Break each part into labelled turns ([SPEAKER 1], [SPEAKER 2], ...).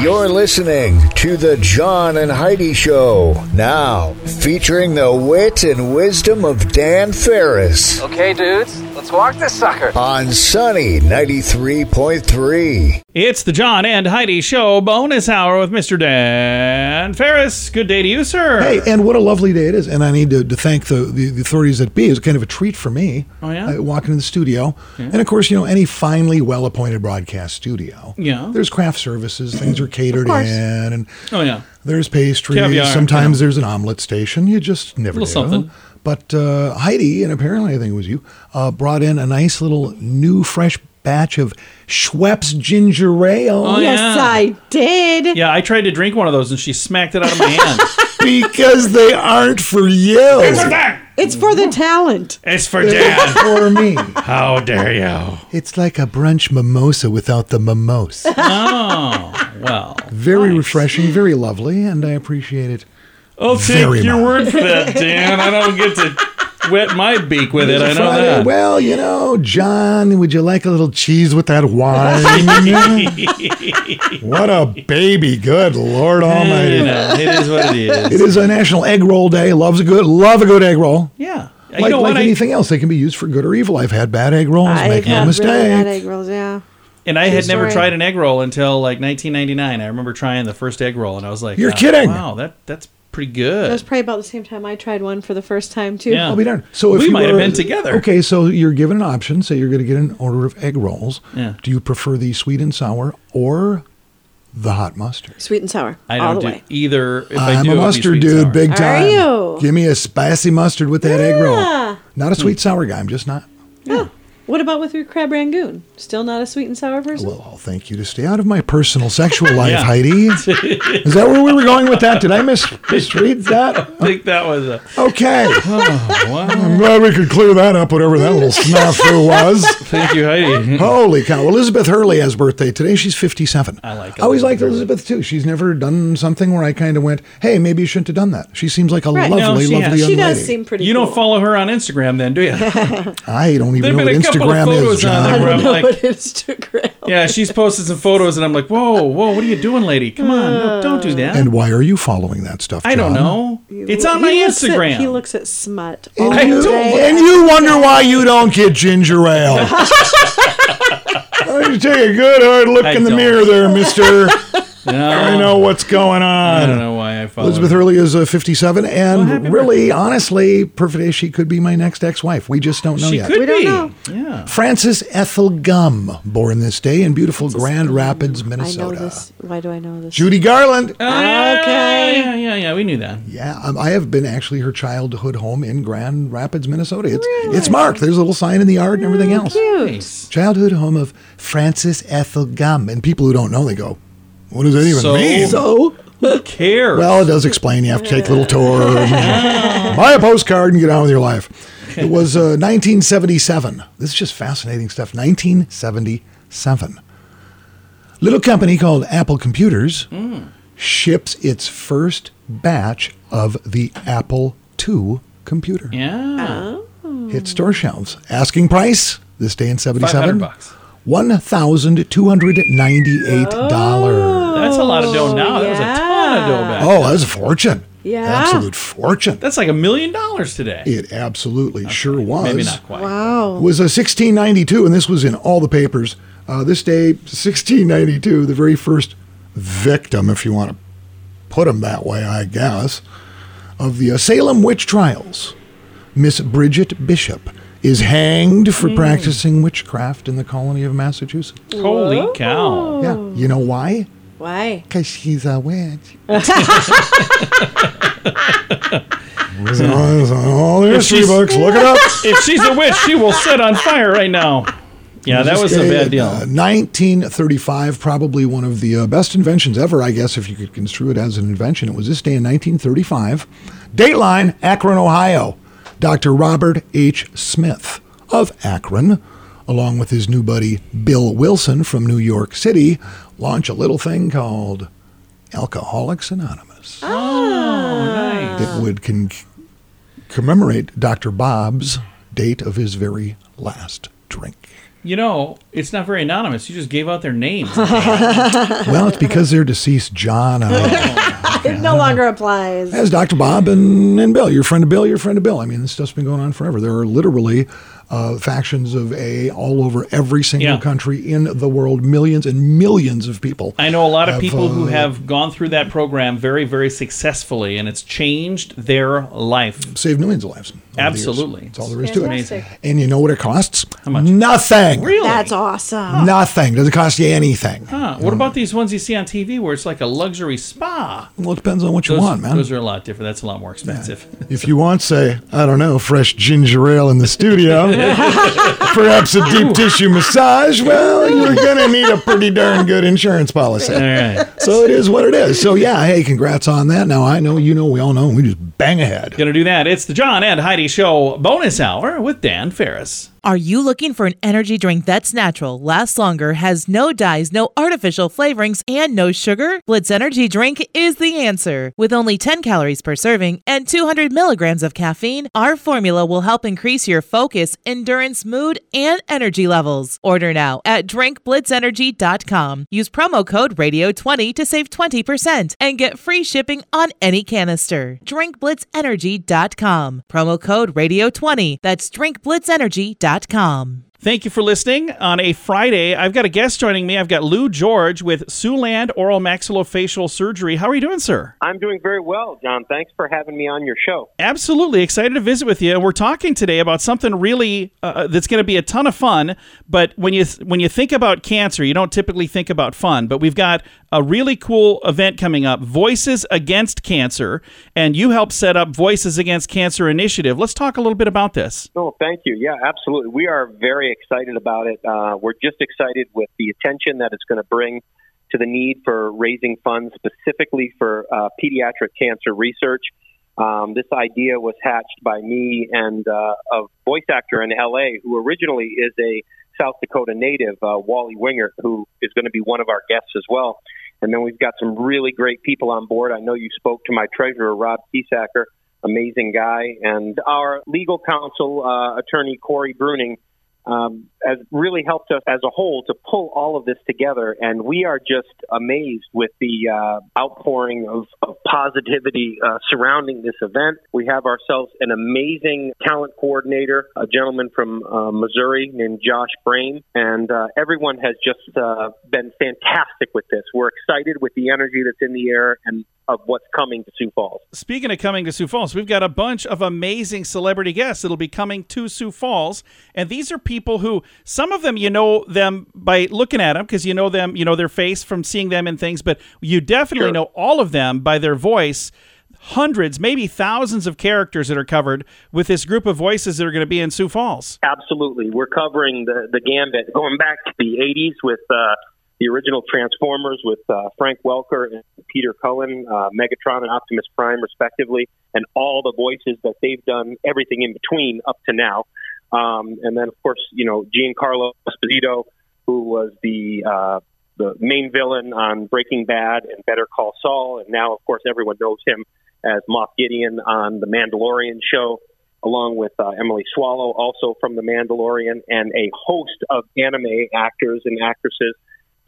[SPEAKER 1] You're listening to The John and Heidi Show, now featuring the wit and wisdom of Dan Ferris
[SPEAKER 2] Okay, dudes, let's walk this sucker.
[SPEAKER 1] on Sunny 93.3.
[SPEAKER 3] It's the John and Heidi Show bonus hour with Mr. Dan Ferris. Good day to you, sir.
[SPEAKER 4] Hey, and what a lovely day it is. And I need to, to thank the, the, the authorities at B. It was kind of a treat for me.
[SPEAKER 3] Oh, yeah?
[SPEAKER 4] Uh, walking in the studio. And of course, you know, any finely well appointed broadcast studio.
[SPEAKER 3] Yeah.
[SPEAKER 4] There's craft services, things are catered in, and
[SPEAKER 3] Oh yeah.
[SPEAKER 4] there's pastries.
[SPEAKER 3] Caviar,
[SPEAKER 4] Sometimes there's an omelet station. You just never
[SPEAKER 3] Little
[SPEAKER 4] know.
[SPEAKER 3] something.
[SPEAKER 4] But uh, Heidi, and apparently I think it was you, uh, brought in a nice little new fresh batch of Schweppes ginger ale.
[SPEAKER 3] Oh
[SPEAKER 5] yes,
[SPEAKER 3] yeah.
[SPEAKER 5] I did.
[SPEAKER 3] yeah, I tried to drink one of those and she smacked it out of my hand.
[SPEAKER 4] Because they aren't for you.
[SPEAKER 5] It's for the talent.
[SPEAKER 3] it's for Dan.
[SPEAKER 4] for me.
[SPEAKER 3] How dare you?
[SPEAKER 4] It's like a brunch mimosa without the mimose.
[SPEAKER 3] Well,
[SPEAKER 4] Very refreshing, very lovely, and I appreciate it.
[SPEAKER 3] I'll take
[SPEAKER 4] Very
[SPEAKER 3] your
[SPEAKER 4] much.
[SPEAKER 3] word for that, Dan. I don't get to wet my beak with it. I know
[SPEAKER 4] Friday,
[SPEAKER 3] that.
[SPEAKER 4] Well, you know, John, would you like a little cheese with that wine? what a baby. Good Lord
[SPEAKER 3] You
[SPEAKER 4] Almighty.
[SPEAKER 3] know, it is what it is.
[SPEAKER 4] It is a National Egg Roll Day. Loves a good, love a good egg roll.
[SPEAKER 3] Yeah.
[SPEAKER 4] Like,
[SPEAKER 3] you know
[SPEAKER 4] like
[SPEAKER 3] what? I,
[SPEAKER 4] anything else, they can be used for good or evil. I've had bad egg rolls,
[SPEAKER 5] I've
[SPEAKER 4] make no
[SPEAKER 5] had
[SPEAKER 4] mistake.
[SPEAKER 5] really bad egg rolls. Yeah.
[SPEAKER 3] and I had never
[SPEAKER 5] story.
[SPEAKER 3] tried an egg roll until like 1999. I remember trying the first egg roll, and I was like,
[SPEAKER 4] You're
[SPEAKER 3] "Oh,
[SPEAKER 4] kidding."
[SPEAKER 3] Wow, that that's pretty good."
[SPEAKER 5] That was probably about the same time I tried one for the first time too.
[SPEAKER 3] Yeah.
[SPEAKER 4] I'll be darned. So if
[SPEAKER 3] We
[SPEAKER 4] you
[SPEAKER 3] might have
[SPEAKER 4] were-
[SPEAKER 3] been together.
[SPEAKER 4] Okay, so you're given an option. Say you're going to get an order of egg rolls.
[SPEAKER 3] Yeah.
[SPEAKER 4] Do you prefer the sweet and sour or the hot mustard?
[SPEAKER 5] Sweet and sour.
[SPEAKER 3] I
[SPEAKER 5] all
[SPEAKER 3] don't
[SPEAKER 5] the
[SPEAKER 3] do
[SPEAKER 5] way.
[SPEAKER 3] either. If I
[SPEAKER 4] I'm
[SPEAKER 3] do,
[SPEAKER 4] a
[SPEAKER 3] it'll be
[SPEAKER 4] mustard
[SPEAKER 3] sweet and
[SPEAKER 4] dude,
[SPEAKER 3] sour.
[SPEAKER 4] big
[SPEAKER 5] Are
[SPEAKER 4] time.
[SPEAKER 5] you?
[SPEAKER 4] Give me a spicy mustard with that egg
[SPEAKER 5] Yeah.
[SPEAKER 4] roll. Not a sweet sour guy. I'm just not.
[SPEAKER 5] Ah, What about with your crab rangoon? Still not a sweet and sour person?
[SPEAKER 4] Well, I'll thank you to stay out of my personal sexual life,
[SPEAKER 3] Yeah.
[SPEAKER 4] Heidi. Is that where we were going with that? Did I mis- misread that?
[SPEAKER 3] I think that was a
[SPEAKER 4] Okay.
[SPEAKER 3] Oh,
[SPEAKER 4] I'm glad we could clear that up, whatever that little snafu was.
[SPEAKER 3] thank you, Heidi.
[SPEAKER 4] Holy cow. Elizabeth Hurley has birthday today. She's 57. I
[SPEAKER 3] like
[SPEAKER 4] I always
[SPEAKER 3] Elizabeth
[SPEAKER 4] liked Elizabeth too. She's never done something where I kind of went, hey, maybe you shouldn't have done that. She seems like a
[SPEAKER 5] Right. No,
[SPEAKER 4] lovely,
[SPEAKER 3] she
[SPEAKER 4] lovely
[SPEAKER 3] has.
[SPEAKER 4] young
[SPEAKER 5] she does
[SPEAKER 4] lady.
[SPEAKER 5] seem pretty
[SPEAKER 3] You
[SPEAKER 5] cool.
[SPEAKER 3] don't follow her on Instagram, then, do you?
[SPEAKER 4] I don't
[SPEAKER 3] There've been
[SPEAKER 4] even know what
[SPEAKER 3] a couple of
[SPEAKER 4] Instagram
[SPEAKER 3] photos
[SPEAKER 4] is,
[SPEAKER 3] on there
[SPEAKER 4] John.
[SPEAKER 3] where I'm like,
[SPEAKER 5] But Instagram.
[SPEAKER 3] yeah, she's posted some photos, and I'm like, whoa, whoa, what are you doing, lady? Come on,
[SPEAKER 5] Uh,
[SPEAKER 3] no, don't do that.
[SPEAKER 4] And why are you following that stuff,
[SPEAKER 3] I don't
[SPEAKER 4] John?
[SPEAKER 3] know. It's on
[SPEAKER 5] He
[SPEAKER 3] my
[SPEAKER 5] looks at-
[SPEAKER 3] Instagram.
[SPEAKER 5] he looks at smut. all
[SPEAKER 4] And you,
[SPEAKER 5] day.
[SPEAKER 4] and you wonder why you don't get ginger ale. Why don't you take a good hard look
[SPEAKER 3] I
[SPEAKER 4] in the
[SPEAKER 3] don't.
[SPEAKER 4] mirror there, mister.
[SPEAKER 3] no,
[SPEAKER 4] I know what's going on.
[SPEAKER 3] I don't know why I follow.
[SPEAKER 4] Elizabeth
[SPEAKER 3] her.
[SPEAKER 4] Hurley is uh, 57, and
[SPEAKER 3] happy
[SPEAKER 4] really, honestly, perfect day, she could be my next ex wife. We just don't know
[SPEAKER 3] She
[SPEAKER 4] yet.
[SPEAKER 3] could
[SPEAKER 5] We
[SPEAKER 3] be.
[SPEAKER 5] don't know.
[SPEAKER 3] Yeah.
[SPEAKER 4] Frances Ethel Gum, born this day in beautiful Grand Rapids,
[SPEAKER 5] I know
[SPEAKER 4] Minnesota.
[SPEAKER 5] this. Why do I know this?
[SPEAKER 4] Judy Garland.
[SPEAKER 3] Okay. Oh, Yeah, yeah, yeah. We knew that.
[SPEAKER 4] Yeah, um, I have been actually her childhood home in Grand Rapids, Minnesota. It's it's marked. There's a little sign in the yard and everything
[SPEAKER 3] Oh,
[SPEAKER 4] else.
[SPEAKER 3] Nice.
[SPEAKER 4] Childhood home of Frances Ethel Gum, and people who don't know, they go, "What does that even
[SPEAKER 3] So-
[SPEAKER 4] mean?"
[SPEAKER 5] So
[SPEAKER 3] Care.
[SPEAKER 4] Well, it does explain. You have to take a little tour, buy a postcard, and get on with your life. It was uh, 1977. This is just fascinating stuff. 1977. Little company called Apple Computers ships its first batch of the Apple II computer.
[SPEAKER 3] yeah.
[SPEAKER 4] Hit store shelves. Asking price this day in
[SPEAKER 3] 500
[SPEAKER 4] 77
[SPEAKER 3] bucks.
[SPEAKER 4] $1,298.
[SPEAKER 3] That's a lot of
[SPEAKER 5] Oh,
[SPEAKER 3] dough now. That was a ton of dough back.
[SPEAKER 4] Oh, that's a fortune.
[SPEAKER 5] Yeah.
[SPEAKER 4] Absolute fortune.
[SPEAKER 3] That's like a million dollars today.
[SPEAKER 4] It absolutely sure was.
[SPEAKER 3] Maybe not quite.
[SPEAKER 4] It
[SPEAKER 5] wow.
[SPEAKER 4] was a 1692, and this was in all the papers. Uh, this day, 1692, the very first victim, if you want to put him that way, I guess, of the uh, Salem witch trials, Miss Bridget Bishop is hanged for practicing witchcraft in the colony of Massachusetts.
[SPEAKER 3] Holy cow.
[SPEAKER 4] Yeah, you know why?
[SPEAKER 5] Why?
[SPEAKER 4] Because she's a witch. It's on- it's on all the history
[SPEAKER 3] she's-
[SPEAKER 4] books. Look it up.
[SPEAKER 3] If she's a witch, she will set on fire right now. Yeah, that was a bad deal.
[SPEAKER 4] Uh, 1935, probably one of the uh, best inventions ever, I guess, if you could construe it as an invention. It was this day in 1935. Dateline, Akron, Ohio. Dr. Robert H. Smith of Akron, along with his new buddy Bill Wilson from New York City, launch a little thing called Alcoholics Anonymous. It would con- commemorate Dr. Bob's date of his very last drink.
[SPEAKER 3] You know, it's not very anonymous. You just gave out their names.
[SPEAKER 4] Well, it's because they're deceased, John. I-
[SPEAKER 5] It no longer applies.
[SPEAKER 4] As Dr. Bob and, and Bill, your friend of Bill, your friend of Bill. I mean, this stuff's been going on forever. There are literally uh, factions of A all over every single
[SPEAKER 3] Yeah.
[SPEAKER 4] country in the world. Millions and millions of people.
[SPEAKER 3] I know a lot of
[SPEAKER 4] Have,
[SPEAKER 3] people who
[SPEAKER 4] uh,
[SPEAKER 3] have gone through that program very, very successfully, and it's changed their life.
[SPEAKER 4] Saved millions of lives. over the years.
[SPEAKER 3] Absolutely.
[SPEAKER 4] That's all there is to it.
[SPEAKER 5] Fantastic.
[SPEAKER 4] And you know what it costs? How
[SPEAKER 3] much?
[SPEAKER 4] Nothing.
[SPEAKER 3] Really?
[SPEAKER 6] That's awesome.
[SPEAKER 4] Nothing. Doesn't cost you anything.
[SPEAKER 3] Huh. What about these ones you see on TV where it's like a luxury spa?
[SPEAKER 4] Well, it depends on what you
[SPEAKER 3] Those,
[SPEAKER 4] want, man.
[SPEAKER 3] those are a lot different. That's a lot more expensive.
[SPEAKER 4] If you want, say, I don't know, fresh ginger ale in the studio, perhaps a deep tissue massage, well, you're going to need a pretty darn good insurance policy.
[SPEAKER 3] All right.
[SPEAKER 4] So it is what it is. So, yeah, hey, congrats on that. Now, I know, you know, we all know, we just bang ahead.
[SPEAKER 3] Gonna do that. It's the John and Heidi Show bonus hour with Dan Ferris.
[SPEAKER 7] Are you looking for an energy drink that's natural, lasts longer, has no dyes, no artificial flavorings, and no sugar? Blitz Energy Drink is the answer. With only 10 calories per serving and 200 milligrams of caffeine, our formula will help increase your focus, endurance, mood, and energy levels. Order now at drinkblitzenergy.com. Use promo code RADIO20 to save 20% and get free shipping on any canister. drinkblitzenergy.com. Promo code RADIO20. That's drinkblitzenergy.com.
[SPEAKER 3] Thank you for listening. On a Friday, I've got a guest joining me. I've got Lou George with Siouxland Oral Maxillofacial Surgery. How are you doing, sir?
[SPEAKER 8] I'm doing very well, John. Thanks for having me on your show.
[SPEAKER 3] Absolutely excited to visit with you. And We're talking today about something really uh, that's going to be a ton of fun. But when you when you think about cancer, you don't typically think about fun. But we've got a really cool event coming up, Voices Against Cancer, and you helped set up Voices Against Cancer Initiative. Let's talk a little bit about this.
[SPEAKER 8] No, thank you. Yeah, absolutely. We are very excited about it. Uh, we're just excited with the attention that it's going to bring to the need for raising funds specifically for uh, pediatric cancer research. Um, this idea was hatched by me and uh, a voice actor in LA who originally is a South Dakota native, uh, Wally Winger, who is going to be one of our guests as well. And then we've got some really great people on board. I know you spoke to my treasurer, Rob Kiesacker, amazing guy, and our legal counsel, uh, attorney Corey Bruning, um, has really helped us as a whole to pull all of this together. And we are just amazed with the uh, outpouring of, of positivity uh, surrounding this event. We have ourselves an amazing talent coordinator, a gentleman from uh, Missouri named Josh Brain, and uh, everyone has just uh, been fantastic with this. We're excited with the energy that's in the air and of what's coming to Sioux Falls.
[SPEAKER 3] Speaking of coming to Sioux Falls, we've got a bunch of amazing celebrity guests that'll be coming to Sioux Falls, and these are people who some of them you know them by looking at them because you know them, you know their face from seeing them and things, but you definitely know all of them by their voice. Hundreds, maybe thousands of characters that are covered with this group of voices that are going to be in Sioux Falls.
[SPEAKER 8] Absolutely. We're covering the, the gambit going back to the 80s with uh, the original Transformers with uh, Frank Welker and Peter Cullen, uh, Megatron and Optimus Prime, respectively, and all the voices that they've done, everything in between up to now. Um, and then, of course, you know, Giancarlo Esposito, who was the uh, the main villain on Breaking Bad and Better Call Saul, and now, of course, everyone knows him as Moff Gideon on The Mandalorian show, along with uh, Emily Swallow, also from The Mandalorian, and a host of anime actors and actresses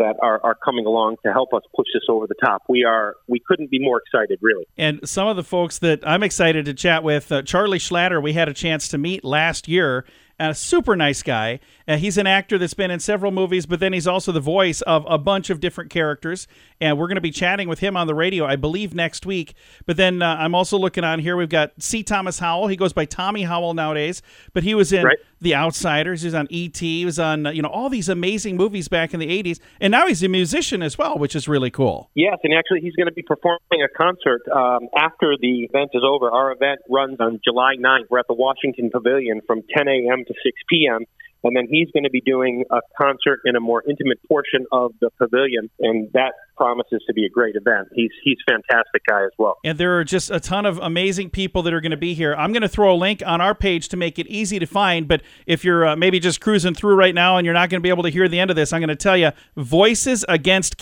[SPEAKER 8] that are, are coming along to help us push this over the top. We are we couldn't be more excited, really.
[SPEAKER 3] And some of the folks that I'm excited to chat with, uh, Charlie Schlatter, we had a chance to meet last year. A super nice guy. Uh, he's an actor that's been in several movies, but then he's also the voice of a bunch of different characters. And we're going to be chatting with him on the radio, I believe, next week. But then uh, I'm also looking on here. We've got C. Thomas Howell. He goes by Tommy Howell nowadays, but he was in
[SPEAKER 8] Right.
[SPEAKER 3] The Outsiders. He was on E.T. He was on uh, you know all these amazing movies back in the '80s, and now he's a musician as well, which is really cool.
[SPEAKER 8] Yes, and actually, he's going to be performing a concert um, after the event is over. Our event runs on July 9th. We're at the Washington Pavilion from 10 a.m. to 6 p.m. And then he's going to be doing a concert in a more intimate portion of the pavilion, and that promises to be a great event. He's he's a fantastic guy as well.
[SPEAKER 3] And there are just a ton of amazing people that are going to be here. I'm going to throw a link on our page to make it easy to find. But if you're uh, maybe just cruising through right now and you're not going to be able to hear the end of this, I'm going to tell you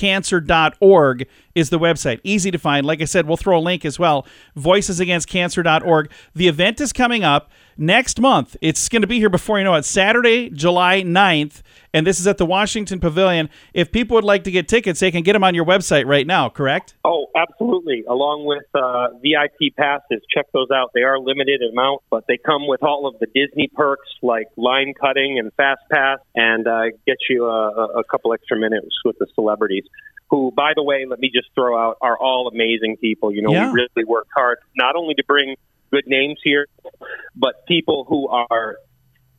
[SPEAKER 3] voicesagainstcancer.org is the website. Easy to find. Like I said, we'll throw a link as well. Voicesagainstcancer.org. The event is coming up next month. It's going to be here before you know it. Saturday, July 9th. And this is at the Washington Pavilion. If people would like to get tickets, they can get them on your website right now, correct?
[SPEAKER 8] Oh, absolutely. Along with uh, VIP passes, check those out. They are limited amount, but they come with all of the Disney perks like line cutting and fast pass, and uh, get you a, a couple extra minutes with the celebrities. Who, by the way, let me just throw out, are all amazing people. You know,
[SPEAKER 3] Yeah.
[SPEAKER 8] we really worked hard not only to bring good names here, but people who are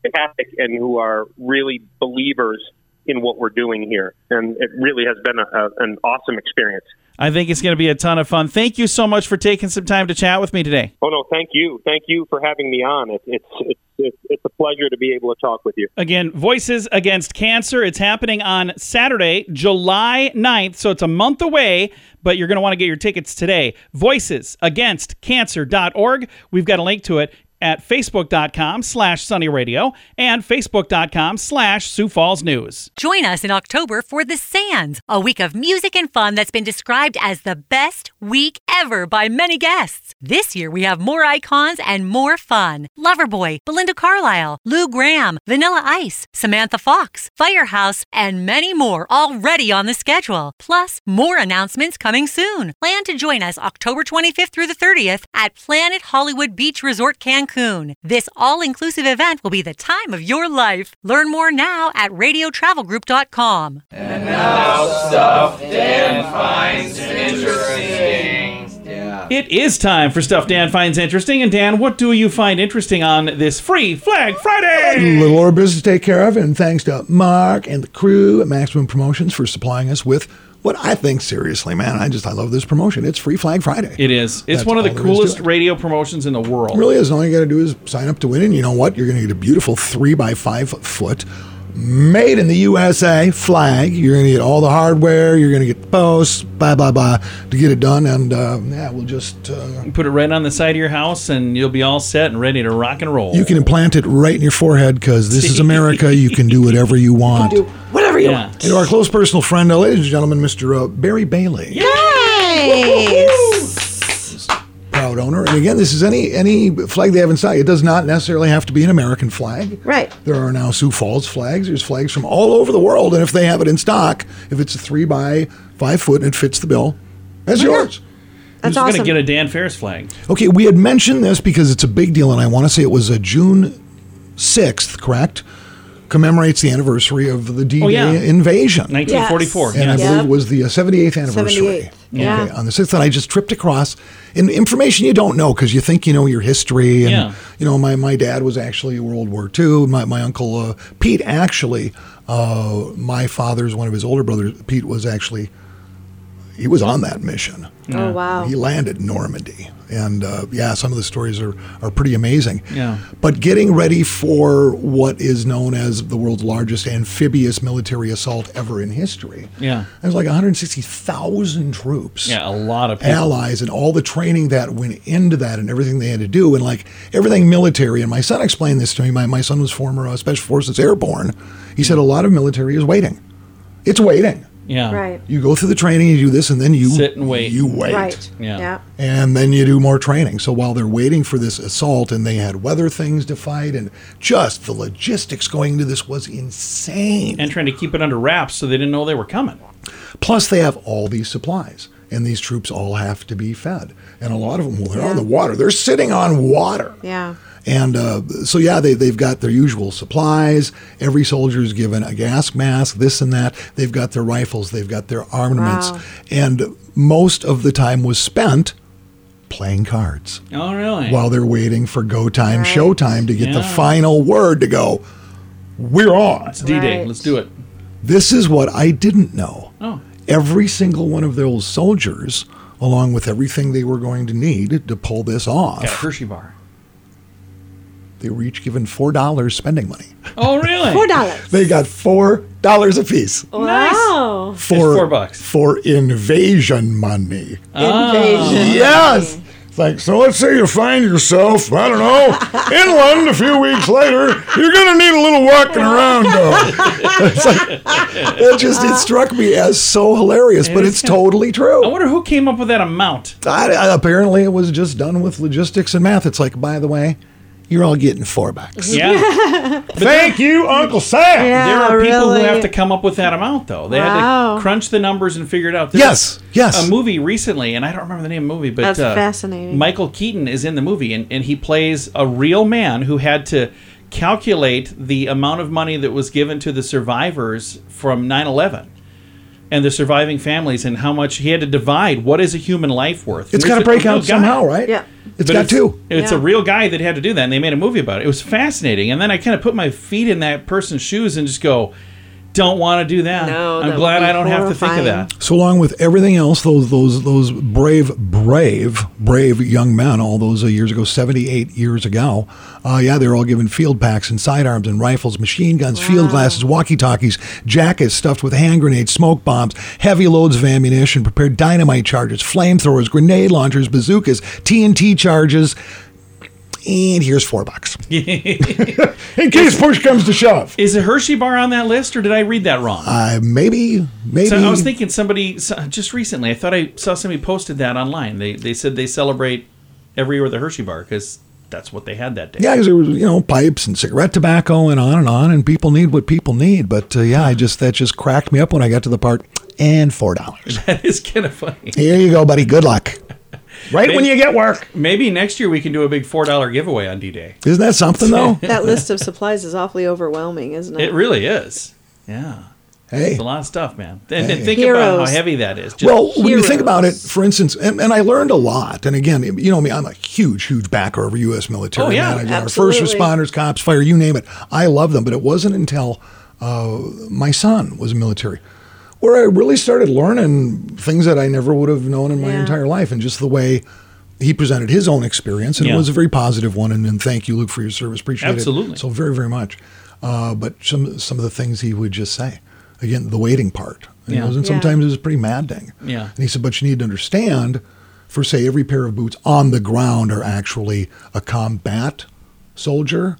[SPEAKER 8] fantastic and who are really believers in what we're doing here. And it really has been a, a, an awesome experience.
[SPEAKER 3] I think it's going to be a ton of fun. Thank you so much for taking some time to chat with me today.
[SPEAKER 8] Oh no, thank you, thank you for having me on. It's it's it's it's, it's a pleasure to be able to talk with you.
[SPEAKER 3] Again, Voices Against Cancer. It's happening on Saturday, July 9th. So it's a month away, but you're going to want to get your tickets today. VoicesAgainstCancer.org. We've got a link to it at facebook.com slash sunny radio and facebook.com slash sioux falls news
[SPEAKER 6] Join us in October for The Sands, a week of music and fun that's been described as the best week ever by many guests. This year we have more icons and more fun. Loverboy, Belinda Carlisle, Lou Graham, Vanilla Ice, Samantha Fox, Firehouse, and many more already on the schedule. Plus, more announcements coming soon. Plan to join us October 25th through the 30th at Planet Hollywood Beach Resort Cancun. This all inclusive event will be the time of your life. Learn more now at radiotravelgroup.com.
[SPEAKER 3] It is time for stuff Dan finds interesting. And Dan, what do you find interesting on this free Flag Friday?
[SPEAKER 4] Little Orb Business to take care of, and thanks to Mark and the crew at Maximum Promotions for supplying us with what I think, seriously, man, I just I love this promotion. It's Free Flag Friday.
[SPEAKER 3] It is. It's
[SPEAKER 4] That's
[SPEAKER 3] one of the
[SPEAKER 4] all there is to
[SPEAKER 3] coolest
[SPEAKER 4] it.
[SPEAKER 3] radio promotions in the world.
[SPEAKER 4] really is. All you got to do is sign up to win, and you know what? You're going to get a beautiful three by five foot made in the USA flag. You're going to get all the hardware. You're going to get the posts, blah blah blah, to get it done. And uh, yeah, we'll just uh,
[SPEAKER 3] Put it right on the side of your house, and you'll be all set and ready to rock and roll.
[SPEAKER 4] you can implant it right in your forehead because this is America. you can do whatever you want.
[SPEAKER 5] Whatever you
[SPEAKER 3] Yeah.
[SPEAKER 4] And to our close personal friend, uh, ladies and gentlemen, Mr. Uh, Barry Bailey,
[SPEAKER 5] Nice.
[SPEAKER 4] proud owner. And again, this is any any flag they have in stock. It does not necessarily have to be an American flag.
[SPEAKER 5] Right.
[SPEAKER 4] There are now Sioux Falls flags. There's flags from all over the world, and if they have it in stock, if it's a three by five foot and it fits the bill, that's yours.
[SPEAKER 3] Who's
[SPEAKER 5] That's awesome.
[SPEAKER 3] gonna get a Dan Ferris flag?
[SPEAKER 4] Okay, we had mentioned this because it's a big deal, and I want to say it was a June sixth, correct? Commemorates the anniversary of the D-Day
[SPEAKER 3] yeah.
[SPEAKER 4] invasion.
[SPEAKER 3] 1944.
[SPEAKER 4] and I
[SPEAKER 3] yes.
[SPEAKER 5] Yeah.
[SPEAKER 4] believe it was the uh, 78th anniversary.
[SPEAKER 5] 78th, yeah.
[SPEAKER 4] Okay, uh, on the 6th, and I just tripped across in information you don't know because you think you know your history. And,
[SPEAKER 3] Yeah.
[SPEAKER 4] You know, my, my dad was actually in World War II. My, my uncle uh, Pete actually, uh, my father's one of his older brothers, Pete was actually, he was on that mission.
[SPEAKER 5] Oh wow.
[SPEAKER 4] He landed in Normandy. And uh, yeah, some of the stories are, are pretty amazing.
[SPEAKER 3] Yeah.
[SPEAKER 4] But getting ready for what is known as the world's largest amphibious military assault ever in history.
[SPEAKER 3] Yeah.
[SPEAKER 4] There's like 160,000 troops.
[SPEAKER 3] Yeah, a lot of people.
[SPEAKER 4] Allies and all the training that went into that and everything they had to do and like everything military. And my son explained this to me. My, my son was former uh, Special Forces Airborne. He said a lot of military is waiting. It's waiting.
[SPEAKER 3] yeah.
[SPEAKER 5] Right.
[SPEAKER 4] You go through the training, you do this, and then you
[SPEAKER 3] Sit and wait.
[SPEAKER 4] You wait
[SPEAKER 5] Right.
[SPEAKER 3] Yeah.
[SPEAKER 4] and then you do more training. So while they're waiting for this assault, and they had weather things to fight, and just the logistics going into this was insane.
[SPEAKER 3] And trying to keep it under wraps so they didn't know they were coming.
[SPEAKER 4] Plus, they have all these supplies, and these troops all have to be fed. And a lot of them, well, they're on the water. They're sitting on water.
[SPEAKER 5] Yeah.
[SPEAKER 4] And uh, so, yeah, they, they've got their usual supplies. Every soldier is given a gas mask, this and that. They've got their rifles, they've got their armaments.
[SPEAKER 5] Wow.
[SPEAKER 4] And most of the time was spent playing cards.
[SPEAKER 3] Oh, really?
[SPEAKER 4] while they're waiting for go time, show time to get the
[SPEAKER 3] Yeah.
[SPEAKER 4] final word to go, we're on.
[SPEAKER 3] it's D Day.
[SPEAKER 5] Right.
[SPEAKER 3] Let's do it.
[SPEAKER 4] This is what I didn't know.
[SPEAKER 3] Oh.
[SPEAKER 4] Every single one of those soldiers, along with everything they were going to need to pull this
[SPEAKER 3] Got a
[SPEAKER 4] off,
[SPEAKER 3] Hershey bar.
[SPEAKER 4] They were each given $4 spending money.
[SPEAKER 3] Oh, really?
[SPEAKER 5] Four dollars.
[SPEAKER 4] They got $4 apiece.
[SPEAKER 5] Wow.
[SPEAKER 4] For,
[SPEAKER 3] Oh. four bucks.
[SPEAKER 4] For invasion money.
[SPEAKER 3] Oh.
[SPEAKER 5] Invasion.
[SPEAKER 4] Yes. It's like, so let's say you find yourself, I don't know, inland a few weeks later, you're going to need a little walking around, though. It's like, it just, it struck me as so hilarious, but it's totally true.
[SPEAKER 3] I wonder who came up with that amount.
[SPEAKER 4] I, I- apparently, it was just done with logistics and math. It's like, by the way, you're all getting four bucks.
[SPEAKER 3] Yeah.
[SPEAKER 4] Thank you, Uncle Sam.
[SPEAKER 5] Yeah,
[SPEAKER 3] There are people
[SPEAKER 5] really.
[SPEAKER 3] who have to come up with that amount, though. They had
[SPEAKER 5] Wow.
[SPEAKER 3] to crunch the numbers and figure it out. There
[SPEAKER 4] Yes,
[SPEAKER 3] was
[SPEAKER 4] yes.
[SPEAKER 3] A movie recently, and I don't remember the name of the movie, but uh,
[SPEAKER 5] That's fascinating.
[SPEAKER 3] Michael Keaton is in the movie, and, and he plays a real man who had to calculate the amount of money that was given to the survivors from 9 11 and the surviving families, and how much he had to divide what is a human life worth. And
[SPEAKER 4] It's got
[SPEAKER 3] there's a
[SPEAKER 4] to break
[SPEAKER 3] real
[SPEAKER 4] out
[SPEAKER 3] guy.
[SPEAKER 4] somehow, right?
[SPEAKER 5] Yeah.
[SPEAKER 4] It's
[SPEAKER 3] But
[SPEAKER 4] got
[SPEAKER 3] it's-
[SPEAKER 4] two.
[SPEAKER 3] It's a
[SPEAKER 5] Yeah.
[SPEAKER 3] real guy that had to do that, and they made a movie about it. It was fascinating. And then I kind of put my feet in that person's shoes and just go, "Don't want to do that."
[SPEAKER 5] No,
[SPEAKER 3] I'm
[SPEAKER 5] that
[SPEAKER 3] glad
[SPEAKER 5] would be
[SPEAKER 3] I don't have to think of
[SPEAKER 5] horrifying.
[SPEAKER 3] that.
[SPEAKER 4] So along with everything else, those those those brave, brave, brave young men, all those uh, years ago, seventy eight years ago, uh, yeah, they were all given field packs and sidearms and rifles, machine guns, field glasses, walkie talkies, jackets stuffed with hand grenades, smoke bombs, heavy loads of ammunition, prepared dynamite charges, flamethrowers, grenade launchers, bazookas, TNT charges, and here's four bucks in case push comes to shove.
[SPEAKER 3] Is a Hershey bar on that list, or did I read that wrong?
[SPEAKER 4] Uh, maybe, maybe.
[SPEAKER 3] so I was thinking somebody so- just recently. I thought I saw somebody posted that online. They they said they celebrate every year with a Hershey bar because that's what they had that day.
[SPEAKER 4] Yeah, because there was you know pipes and cigarette tobacco and on and on, and people need what people need. But uh, yeah, I just that just cracked me up when I got to the part and four dollars.
[SPEAKER 3] That is kind of funny.
[SPEAKER 4] Here you go, buddy. Good luck. Right when you get work,
[SPEAKER 3] Maybe next year we can do a big four dollar giveaway on D Day.
[SPEAKER 4] isn't that something though?
[SPEAKER 5] That list of supplies is awfully overwhelming, isn't it?
[SPEAKER 3] It really is. Yeah.
[SPEAKER 4] hey,
[SPEAKER 3] It's a lot of stuff, man. And, and think about
[SPEAKER 5] Heroes.
[SPEAKER 3] how heavy that is. Just-
[SPEAKER 4] well, when you think
[SPEAKER 5] heroes.
[SPEAKER 4] about it, for instance, and, and I learned a lot. And again, you know me, I'm a huge, huge backer of our U.S. military.
[SPEAKER 3] Oh, yeah,
[SPEAKER 4] man. Again, our first
[SPEAKER 5] absolutely.
[SPEAKER 4] responders, cops, fire, you name it. I love them. But it wasn't until uh, my son was military where I really started learning things that I never would have known in my
[SPEAKER 5] Yeah.
[SPEAKER 4] entire life, and just the way. He presented his own experience, and
[SPEAKER 3] Yeah.
[SPEAKER 4] it was a very positive one. And, and thank you, Luke, for your service. Appreciate
[SPEAKER 3] Absolutely.
[SPEAKER 4] it so very, very much. Uh, but some some of the things he would just say, again, the waiting part. You know,
[SPEAKER 3] Yeah.
[SPEAKER 4] and
[SPEAKER 5] Yeah.
[SPEAKER 4] sometimes it was pretty maddening.
[SPEAKER 3] Yeah.
[SPEAKER 4] And he said, but you need to understand, for say every pair of boots on the ground are actually a combat soldier.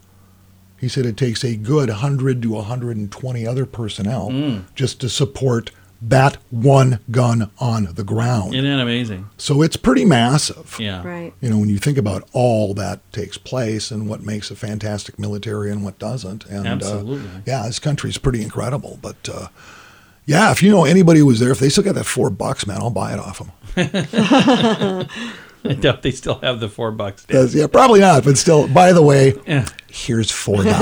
[SPEAKER 4] He said it takes a good 100 to 120 other personnel just to support that one gun on the ground.
[SPEAKER 3] Isn't that amazing?
[SPEAKER 4] so it's pretty massive.
[SPEAKER 3] Yeah.
[SPEAKER 5] Right.
[SPEAKER 4] You know, when you think about all that takes place and what makes a fantastic military and what doesn't. And, uh,
[SPEAKER 3] Absolutely.
[SPEAKER 4] yeah, this country's pretty incredible. But uh, yeah, if you know anybody who was there, if they still got that four bucks, man, I'll buy it off them.
[SPEAKER 3] I doubt they still have the four bucks. Dan.
[SPEAKER 4] yeah, probably not, but still, by the way,
[SPEAKER 3] Yeah.
[SPEAKER 4] here's four dollars.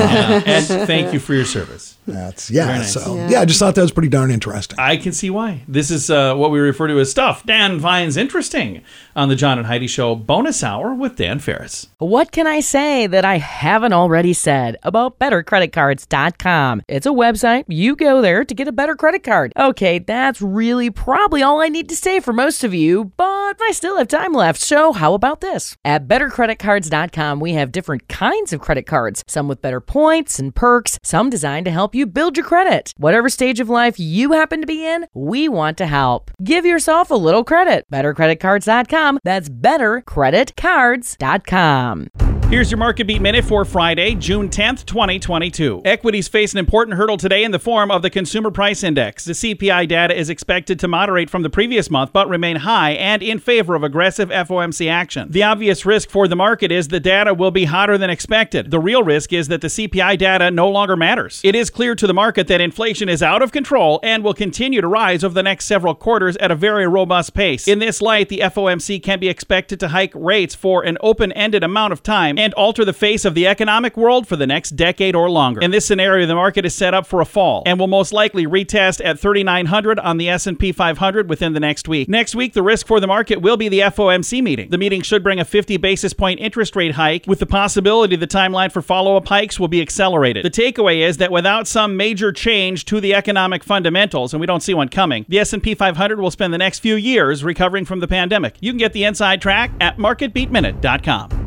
[SPEAKER 3] and thank you for your service.
[SPEAKER 4] That's, yeah.
[SPEAKER 3] Very nice.
[SPEAKER 4] So, yeah.
[SPEAKER 5] Yeah.
[SPEAKER 4] I just thought that was pretty darn interesting.
[SPEAKER 3] I can see why. This is uh, what we refer to as stuff Dan finds interesting on the John and Heidi Show bonus hour with Dan Ferris.
[SPEAKER 9] What can I say that I haven't already said about bettercreditcards.com? It's a website. You go there to get a better credit card. Okay, that's really probably all I need to say for most of you, but I still have time left. So, how about this? At bettercreditcards.com, we have different kinds of credit cards, some with better points and perks, some designed to help you build your credit. Whatever stage of life you happen to be in, we want to help. Give yourself a little credit. Bettercreditcards.com. That's bettercreditcards.com.
[SPEAKER 3] Here's your market beat minute for Friday, June 10th, 2022. Equities face an important hurdle today in the form of the Consumer Price Index. The CPI data is expected to moderate from the previous month but remain high and in favor of aggressive FOMC action. The obvious risk for the market is the data will be hotter than expected. The real risk is that the CPI data no longer matters. It is clear to the market that inflation is out of control and will continue to rise over the next several quarters at a very robust pace. In this light, the FOMC can be expected to hike rates for an open ended amount of time and alter the face of the economic world for the next decade or longer. In this scenario, the market is set up for a fall and will most likely retest at 3900 on the S&P 500 within the next week. Next week, the risk for the market will be the FOMC meeting. The meeting should bring a 50 basis point interest rate hike with the possibility the timeline for follow-up hikes will be accelerated. The takeaway is that without some major change to the economic fundamentals and we don't see one coming, the S&P 500 will spend the next few years recovering from the pandemic. You can get the inside track at marketbeatminute.com.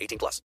[SPEAKER 10] 18 plus.